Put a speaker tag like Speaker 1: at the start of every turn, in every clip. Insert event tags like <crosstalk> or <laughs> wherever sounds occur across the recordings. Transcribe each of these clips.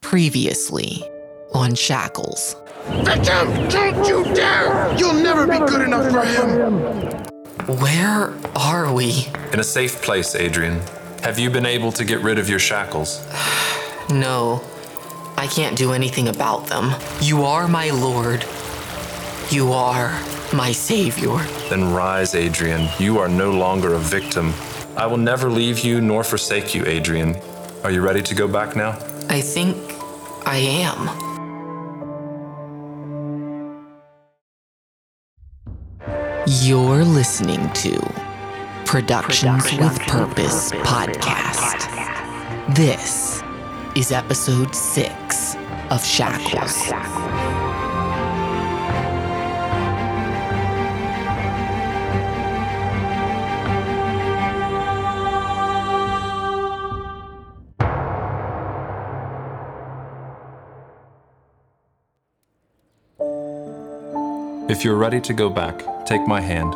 Speaker 1: Previously on Shackles.
Speaker 2: Victim, don't you dare! You'll never be good enough for him!
Speaker 1: Where are we?
Speaker 3: In a safe place, Adrian. Have you been able to get rid of your shackles?
Speaker 1: No, I can't do anything about them. You are my lord. You are my savior.
Speaker 3: Then rise, Adrian. You are no longer a victim. I will never leave you nor forsake you, Adrian. Are you ready to go back now?
Speaker 1: I think I am. You're listening to Productions, with Purpose, podcast. This is episode six of Shackles.
Speaker 3: If you're ready to go back, take my hand.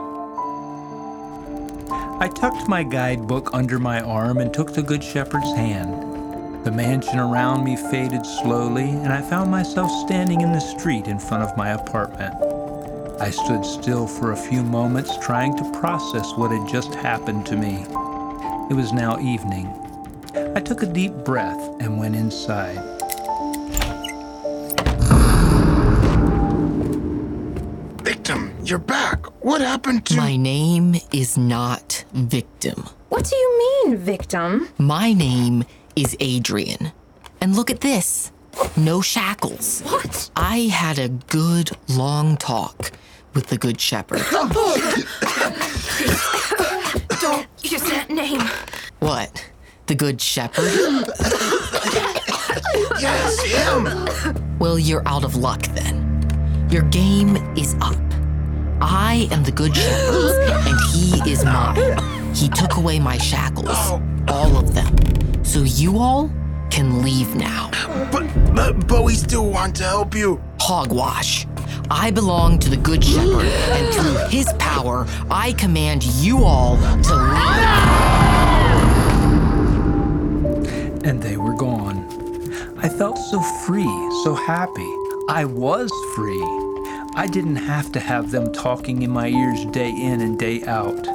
Speaker 4: I tucked my guidebook under my arm and took the Good Shepherd's hand. The mansion around me faded slowly, and I found myself standing in the street in front of my apartment. I stood still for a few moments, trying to process what had just happened to me. It was now evening. I took a deep breath and went inside.
Speaker 2: Victim, you're back. What happened to.
Speaker 1: My name is not Victim.
Speaker 5: What do you mean, victim?
Speaker 1: My name is Adrian. And look at this no shackles.
Speaker 5: What?
Speaker 1: I had a good long talk with the Good Shepherd.
Speaker 5: Don't use that name.
Speaker 1: what? The Good Shepherd?
Speaker 2: Yes, him!
Speaker 1: Well, you're out of luck then. Your game is up. I am the Good Shepherd, and he is mine. He took away my shackles, all of them. So you all can leave now.
Speaker 2: But, but, but we still want to help you.
Speaker 1: hogwash. I belong to the Good Shepherd, and through his power, I command you all to leave.
Speaker 4: and they were gone. I felt so free, so happy. I was free. I didn't have to have them talking in my ears day in and day out.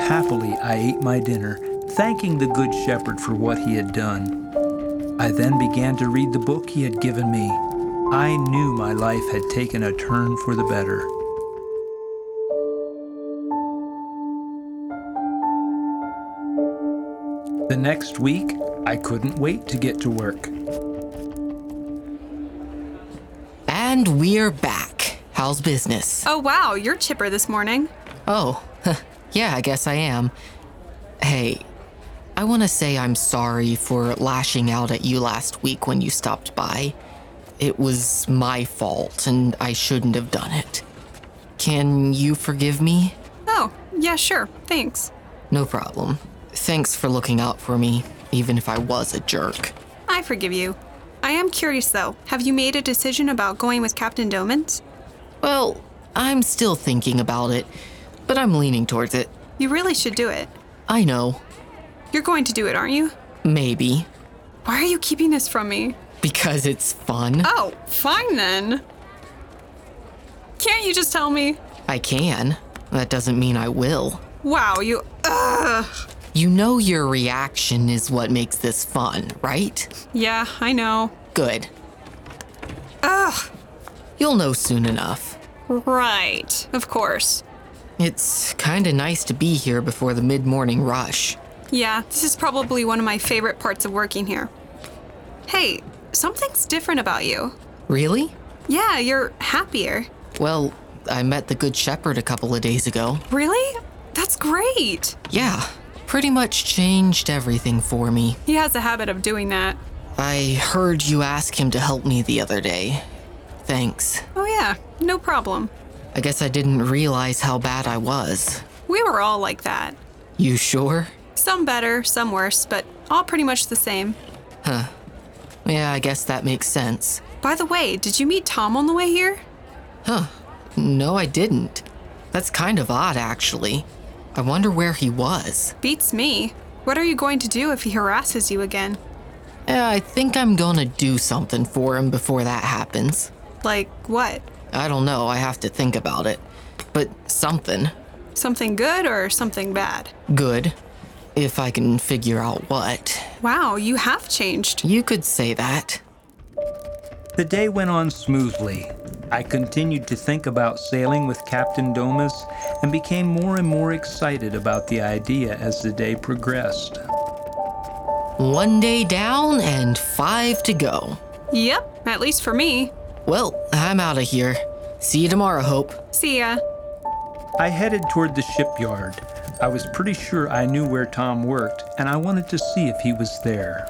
Speaker 4: Happily, I ate my dinner, thanking the Good Shepherd for what he had done. I then began to read the book he had given me. I knew my life had taken a turn for the better. The next week, I couldn't wait to get to work.
Speaker 1: And we're back. How's business?
Speaker 6: Oh, wow, you're chipper this morning.
Speaker 1: Oh, <laughs> yeah, I guess I am. Hey, I want to say I'm sorry for lashing out at you last week when you stopped by. It was my fault, and I shouldn't have done it. Can you forgive me?
Speaker 6: Oh, yeah, sure, thanks.
Speaker 1: No problem. Thanks for looking out for me, even if I was a jerk.
Speaker 6: I forgive you. I am curious, though. Have you made a decision about going with Captain Domans?
Speaker 1: Well, I'm still thinking about it, but I'm leaning towards it.
Speaker 6: You really should do it.
Speaker 1: I know,
Speaker 6: You're going to do it, aren't you?
Speaker 1: maybe,
Speaker 6: Why are you keeping this from me?
Speaker 1: because it's fun.
Speaker 6: Oh, fine then. Can't you just tell me?
Speaker 1: I can. That doesn't mean I will.
Speaker 6: Wow, you. Ugh.
Speaker 1: You know your reaction is what makes this fun, right?
Speaker 6: Yeah, I know.
Speaker 1: Good.
Speaker 6: Ugh.
Speaker 1: You'll know soon enough.
Speaker 6: Right, of course.
Speaker 1: It's kinda nice to be here before the mid morning rush.
Speaker 6: Yeah, this is probably one of my favorite parts of working here. Hey, something's different about you.
Speaker 1: Really?
Speaker 6: Yeah, you're happier.
Speaker 1: Well, I met the Good Shepherd a couple of days ago.
Speaker 6: Really? That's great.
Speaker 1: Yeah, pretty much changed everything for me.
Speaker 6: He has a habit of doing that.
Speaker 1: I heard you ask him to help me the other day. Thanks.
Speaker 6: Oh, yeah, no problem.
Speaker 1: I guess I didn't realize how bad I was.
Speaker 6: We were all like that.
Speaker 1: You sure?
Speaker 6: Some better, some worse, but all pretty much the same.
Speaker 1: Yeah, I guess that makes sense.
Speaker 6: By the way, did you meet Tom on the way here?
Speaker 1: No, I didn't. That's kind of odd, actually. I wonder where he was.
Speaker 6: Beats me. What are you going to do if he harasses you again?
Speaker 1: Yeah, I think I'm gonna do something for him before that happens.
Speaker 6: Like what?
Speaker 1: I don't know, I have to think about it. But something
Speaker 6: Something good or something bad?
Speaker 1: good, if I can figure out what.
Speaker 6: Wow, you have changed.
Speaker 1: You could say that.
Speaker 4: The day went on smoothly. I continued to think about sailing with Captain Domus and became more and more excited about the idea as the day progressed.
Speaker 1: One day down and five to go.
Speaker 6: Yep, at least for me.
Speaker 1: Well, I'm out of here. See you tomorrow, Hope.
Speaker 6: See ya.
Speaker 4: I headed toward the shipyard. I was pretty sure I knew where Tom worked, and I wanted to see if he was there.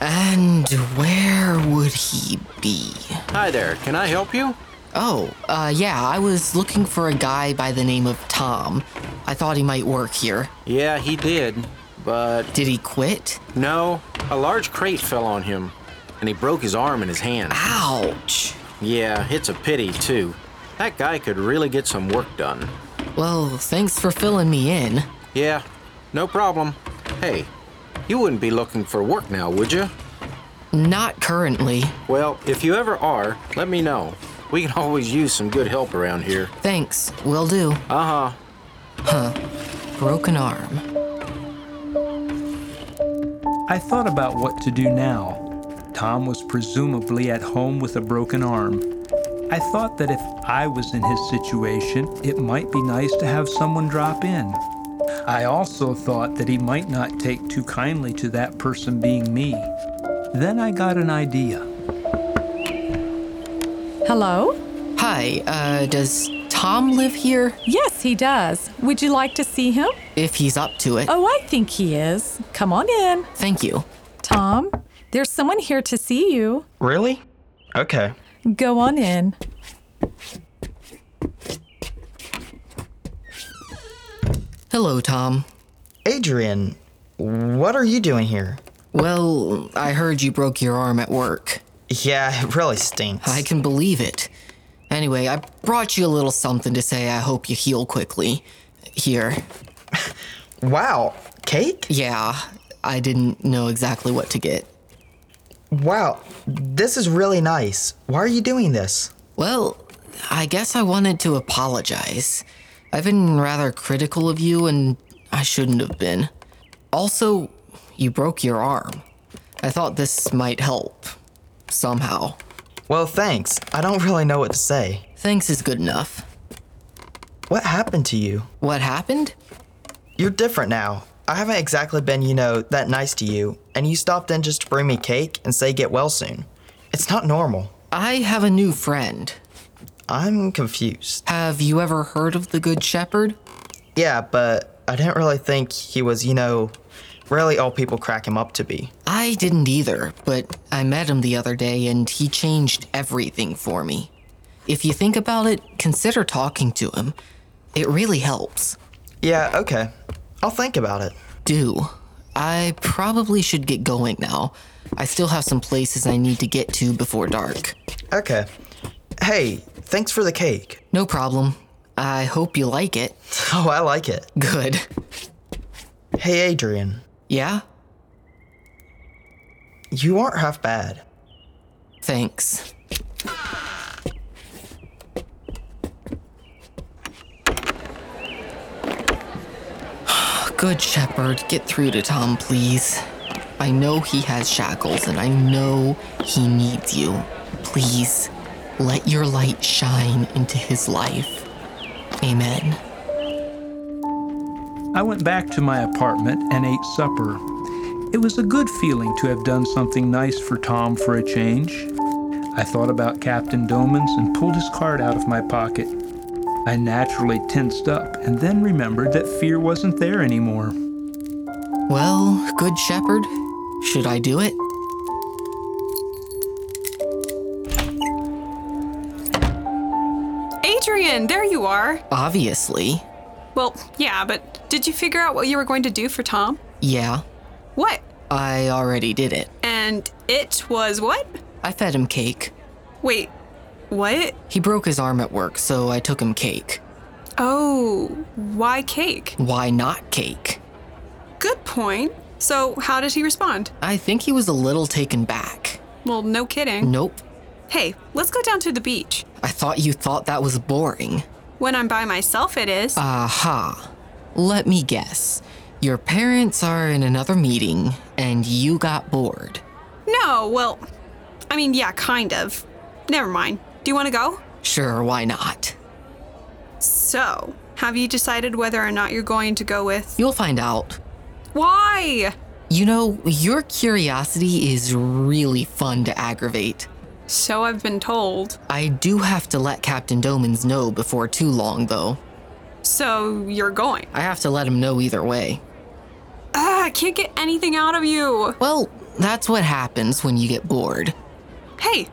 Speaker 1: And where would he be?
Speaker 7: Hi there, can I help you?
Speaker 1: Oh, uh, yeah, I was looking for a guy by the name of Tom. I thought he might work here.
Speaker 7: Yeah, he did, but
Speaker 1: Did he quit?
Speaker 7: no, a large crate fell on him, and he broke his arm and his hand.
Speaker 1: Ouch.
Speaker 7: Yeah, it's a pity, too. That guy could really get some work done.
Speaker 1: Well, thanks for filling me in.
Speaker 7: Yeah, no problem. Hey, you wouldn't be looking for work now, would you?
Speaker 1: Not currently.
Speaker 7: Well, if you ever are, let me know. We can <laughs> always use some good help around here.
Speaker 1: Thanks, will do. Uh huh. Huh. Broken arm.
Speaker 4: I thought about what to do now. Tom was presumably at home with a broken arm. I thought that if I was in his situation, it might be nice to have someone drop in. I also thought that he might not take too kindly to that person being me. Then I got an idea.
Speaker 8: Hello?
Speaker 1: Hi, uh, does Tom live here?
Speaker 8: Yes, he does. Would you like to see him?
Speaker 1: If he's up to it.
Speaker 8: Oh, I think he is. Come on in.
Speaker 1: Thank you.
Speaker 8: Tom, there's someone here to see you.
Speaker 9: Really? Okay.
Speaker 8: Go on in.
Speaker 1: Hello, Tom.
Speaker 9: Adrian, what are you doing here?
Speaker 1: Well, I heard you broke your arm at work.
Speaker 9: Yeah, it really stinks.
Speaker 1: I can believe it. Anyway, I brought you a little something to say I hope you heal quickly. Here.
Speaker 9: Wow, cake?
Speaker 1: Yeah, I didn't know exactly what to get.
Speaker 9: Wow, this is really nice. Why are you doing this?
Speaker 1: Well, I guess I wanted to apologize. I've been rather critical of you, and I shouldn't have been. Also, you broke your arm. I thought this might help. Somehow.
Speaker 9: Well, thanks. I don't really know what to say.
Speaker 1: Thanks is good enough.
Speaker 9: What happened to you?
Speaker 1: What happened?
Speaker 9: You're different now. I haven't exactly been, you know, that nice to you, and you stopped in just to bring me cake and say get well soon. It's not normal.
Speaker 1: I have a new friend.
Speaker 9: I'm confused.
Speaker 1: Have you ever heard of the Good Shepherd?
Speaker 9: Yeah, but I didn't really think he was, you know, really all people crack him up to be.
Speaker 1: I didn't either, but I met him the other day and he changed everything for me. If you think about it, consider talking to him. It really helps.
Speaker 9: Yeah, okay. I'll think about it.
Speaker 1: Do. I probably should get going now. I still have some places I need to get to before dark.
Speaker 9: Okay. Hey, thanks for the cake. <laughs>
Speaker 1: No problem. I hope you like it. <laughs>
Speaker 9: Oh, I like it.
Speaker 1: Good.
Speaker 9: Hey, Adrian,
Speaker 1: Yeah?
Speaker 9: you aren't half bad.
Speaker 1: Thanks. <sighs> Good Shepherd, get through to Tom, please. I know he has shackles and I know he needs you. Please, let your light shine into his life. Amen.
Speaker 4: I went back to my apartment and ate supper. It was a good feeling to have done something nice for Tom for a change. I thought about Captain Domans and pulled his card out of my pocket. I naturally tensed up and then remembered that fear wasn't there anymore.
Speaker 1: Well, Good Shepherd, should I do it?
Speaker 6: Adrian, there you are.
Speaker 1: Obviously.
Speaker 6: Well, yeah, but did you figure out what you were going to do for Tom?
Speaker 1: Yeah,
Speaker 6: What?
Speaker 1: I already did it.
Speaker 6: And it was what?
Speaker 1: I fed him cake.
Speaker 6: Wait, what?
Speaker 1: He broke his arm at work, so I took him cake.
Speaker 6: Oh, why cake?
Speaker 1: Why not cake?
Speaker 6: Good point. So, how did he respond?
Speaker 1: I think he was a little taken back.
Speaker 6: Well, no kidding.
Speaker 1: Nope.
Speaker 6: Hey, let's go down to the beach.
Speaker 1: I thought you thought that was boring.
Speaker 6: When I'm by myself, it is.
Speaker 1: Ah. Aha. Let me guess. Your parents are in another meeting and you got bored.
Speaker 6: no, well, I mean, yeah, kind of. Never mind. Do you want to go?
Speaker 1: Sure, why not?
Speaker 6: So, have you decided whether or not you're going to go with.
Speaker 1: You'll find out.
Speaker 6: Why?
Speaker 1: You know, your curiosity is really fun to aggravate.
Speaker 6: So I've been told.
Speaker 1: I do have to let Captain Domans know before too long, though.
Speaker 6: So, you're going.
Speaker 1: I have to let him know either way.
Speaker 6: Ah, I can't get anything out of you.
Speaker 1: Well, that's what happens when you get bored.
Speaker 6: Hey,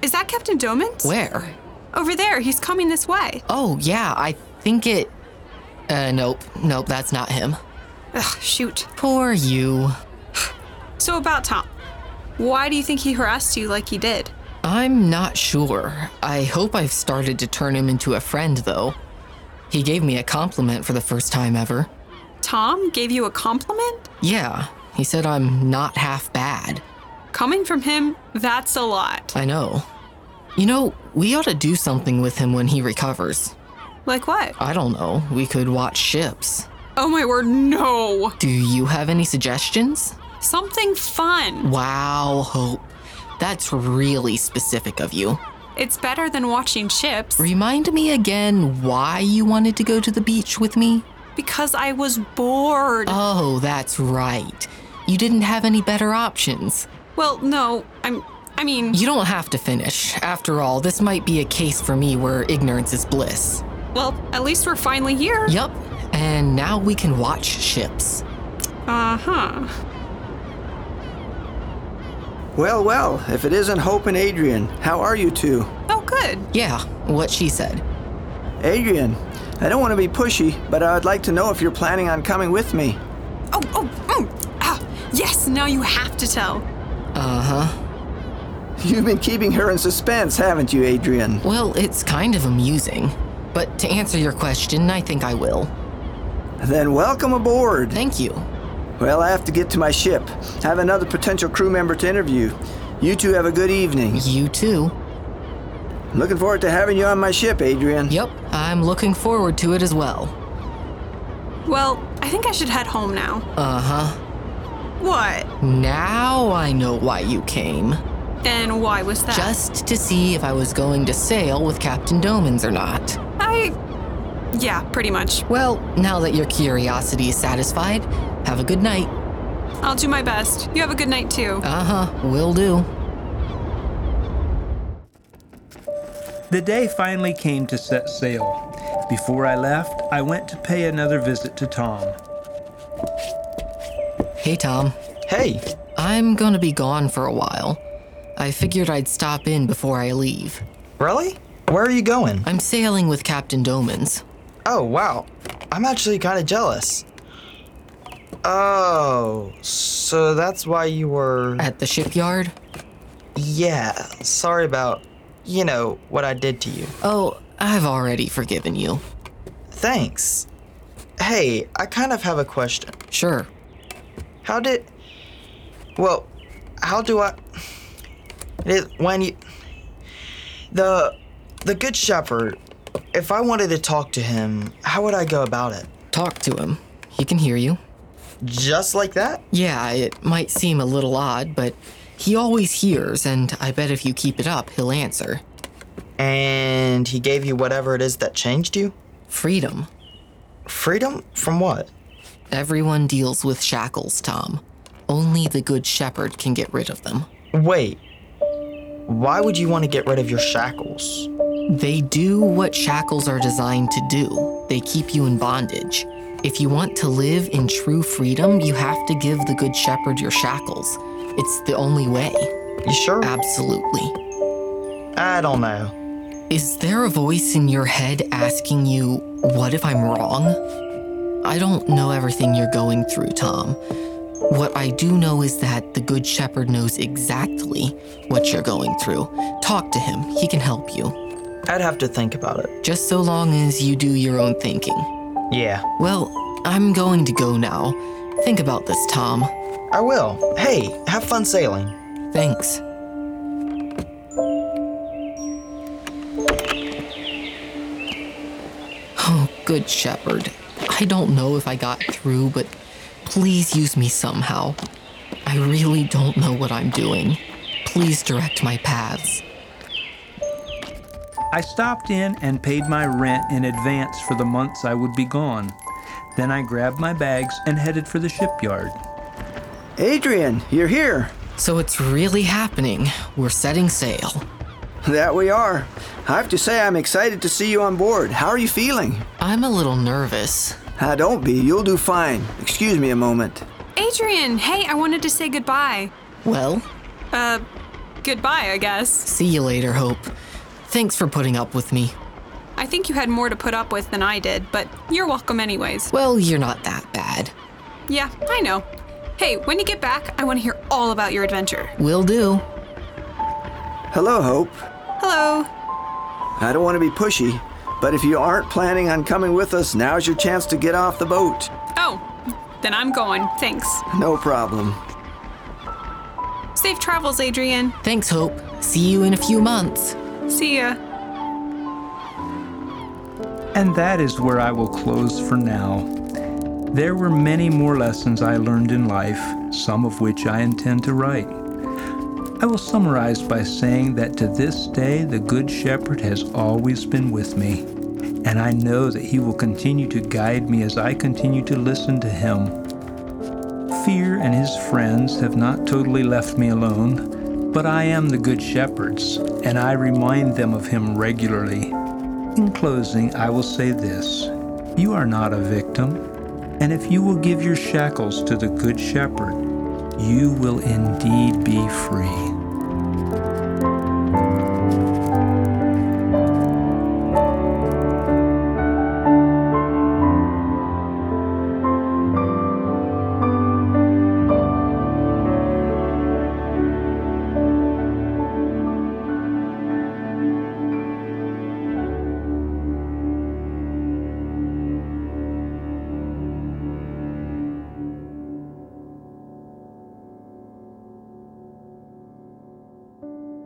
Speaker 6: is that Captain Domans?
Speaker 1: Where?
Speaker 6: Over there, he's coming this way.
Speaker 1: Oh, yeah, I think it. Uh, nope, nope, that's not him.
Speaker 6: Ugh, shoot.
Speaker 1: Poor you.
Speaker 6: So, about Tom. Why do you think he harassed you like he did?
Speaker 1: I'm not sure. I hope I've started to turn him into a friend, though. He gave me a compliment for the first time ever.
Speaker 6: Tom gave you a compliment?
Speaker 1: Yeah, he said I'm not half bad.
Speaker 6: Coming from him, that's a lot.
Speaker 1: I know. You know, we ought to do something with him when he recovers.
Speaker 6: Like what?
Speaker 1: I don't know, we could watch ships.
Speaker 6: Oh my word, no!
Speaker 1: Do you have any suggestions?
Speaker 6: Something fun.
Speaker 1: Wow, Hope. That's really specific of you.
Speaker 6: It's better than watching ships
Speaker 1: Remind me again why you wanted to go to the beach with me?
Speaker 6: because I was bored.
Speaker 1: Oh, that's right. You didn't have any better options.
Speaker 6: well, no, I'm. I mean,
Speaker 1: You don't have to finish. After all, this might be a case for me where ignorance is bliss.
Speaker 6: well, at least we're finally here.
Speaker 1: Yup, and now we can watch ships.
Speaker 6: Uh huh.
Speaker 10: Well, well, if it isn't Hope and Adrian, how are you two?
Speaker 6: Oh, good.
Speaker 1: Yeah, what she said.
Speaker 10: Adrian, I don't want to be pushy, but I would like to know if you're planning on coming with me.
Speaker 6: Oh, oh, mm, ah, yes, now you have to tell.
Speaker 1: Uh-huh.
Speaker 10: You've been keeping her in suspense, haven't you, Adrian?
Speaker 1: Well, it's kind of amusing. But to answer your question, I think I will.
Speaker 10: Then welcome aboard.
Speaker 1: Thank you.
Speaker 10: Well, I have to get to my ship. I have another potential crew member to interview. You two have a good evening.
Speaker 1: You too.
Speaker 10: Looking forward to having you on my ship, Adrian.
Speaker 1: Yup, I'm looking forward to it as well.
Speaker 6: Well, I think I should head home now.
Speaker 1: Uh huh.
Speaker 6: What?
Speaker 1: Now I know why you came.
Speaker 6: And why was that?
Speaker 1: Just to see if I was going to sail with Captain Domans or not.
Speaker 6: I. Yeah, pretty much.
Speaker 1: Well, now that your curiosity is satisfied, have a good night.
Speaker 6: I'll do my best. You have a good night too.
Speaker 1: Uh huh, will do.
Speaker 4: The day finally came to set sail. Before I left, I went to pay another visit to Tom.
Speaker 1: Hey, Tom.
Speaker 9: Hey,
Speaker 1: I'm gonna be gone for a while. I figured I'd stop in before I leave.
Speaker 9: really? Where are you going?
Speaker 1: I'm sailing with Captain Domans.
Speaker 9: Oh, wow. I'm actually kind of jealous. Oh, so that's why you were.
Speaker 1: At the shipyard?
Speaker 9: Yeah, sorry about, you know, what I did to you.
Speaker 1: Oh, I've already forgiven you.
Speaker 9: Thanks. Hey, I kind of have a question.
Speaker 1: Sure.
Speaker 9: How did. Well, how do I. It, when you. The. The Good Shepherd, if I wanted to talk to him, how would I go about it?
Speaker 1: Talk to him. He can hear you.
Speaker 9: Just like that?
Speaker 1: Yeah, it might seem a little odd, but he always hears, and I bet if you keep it up, he'll answer.
Speaker 9: And he gave you whatever it is that changed you?
Speaker 1: Freedom.
Speaker 9: Freedom? From what?
Speaker 1: Everyone deals with shackles, Tom. Only the Good Shepherd can get rid of them.
Speaker 9: Wait. Why would you want to get rid of your shackles?
Speaker 1: They do what shackles are designed to do they keep you in bondage. If you want to live in true freedom, you have to give the Good Shepherd your shackles. It's the only way.
Speaker 9: You sure?
Speaker 1: Absolutely.
Speaker 9: I don't know.
Speaker 1: Is there a voice in your head asking you, What if I'm wrong? I don't know everything you're going through, Tom. What I do know is that the Good Shepherd knows exactly what you're going through. Talk to him, he can help you.
Speaker 9: I'd have to think about it.
Speaker 1: Just so long as you do your own thinking.
Speaker 9: Yeah.
Speaker 1: Well, I'm going to go now. Think about this, Tom.
Speaker 9: I will. Hey, have fun sailing.
Speaker 1: Thanks. Oh, good shepherd. I don't know if I got through, but please use me somehow. I really don't know what I'm doing. Please direct my paths.
Speaker 4: I stopped in and paid my rent in advance for the months I would be gone. Then I grabbed my bags and headed for the shipyard.
Speaker 10: Adrian, you're here.
Speaker 1: So it's really happening. We're setting sail.
Speaker 10: That we are. I have to say, I'm excited to see you on board. How are you feeling?
Speaker 1: I'm a little nervous.
Speaker 10: I don't be. You'll do fine. Excuse me a moment.
Speaker 6: Adrian, hey, I wanted to say goodbye.
Speaker 1: Well,
Speaker 6: Uh, goodbye, I guess.
Speaker 1: see you later, Hope. Thanks for putting up with me.
Speaker 6: I think you had more to put up with than I did, but you're welcome anyways.
Speaker 1: Well, you're not that bad.
Speaker 6: Yeah, I know. Hey, when you get back, I want to hear all about your adventure.
Speaker 1: Will do.
Speaker 10: Hello, Hope.
Speaker 6: Hello.
Speaker 10: I don't want to be pushy, but if you aren't planning on coming with us, now's your chance to get off the boat.
Speaker 6: Oh, then I'm going. Thanks.
Speaker 10: No problem.
Speaker 6: Safe travels, Adrian.
Speaker 1: Thanks, Hope. See you in a few months.
Speaker 6: See ya.
Speaker 4: And that is where I will close for now. There were many more lessons I learned in life, some of which I intend to write. I will summarize by saying that to this day, the Good Shepherd has always been with me, and I know that he will continue to guide me as I continue to listen to him. Fear and his friends have not totally left me alone, but I am the Good Shepherd's, and I remind them of him regularly. In closing, I will say this You are not a victim, and if you will give your shackles to the Good Shepherd, you will indeed be free.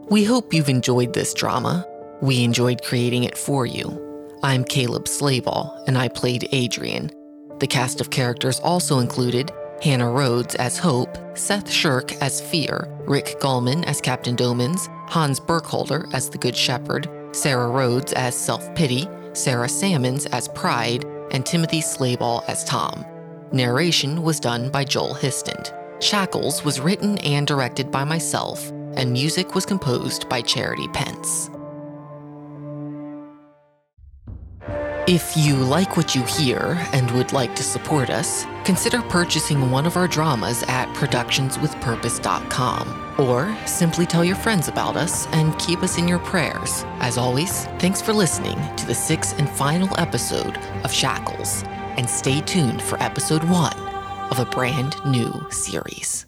Speaker 1: We hope you've enjoyed this drama. We enjoyed creating it for you. I'm Caleb Slayball, and I played Adrian. The cast of characters also included Hannah Rhodes as Hope, Seth Shirk as Fear, Rick Gallman as Captain Domans, Hans Burkholder as the Good Shepherd, Sarah Rhodes as Self Pity, Sarah Salmons as Pride, and Timothy Slayball as Tom. Narration was done by Joel Histant. Shackles was written and directed by myself, and music was composed by Charity Pence. If you like what you hear and would like to support us, consider purchasing one of our dramas at productionswithpurpose.com or simply tell your friends about us and keep us in your prayers. As always, thanks for listening to the sixth and final episode of Shackles, and stay tuned for episode one of a brand new series.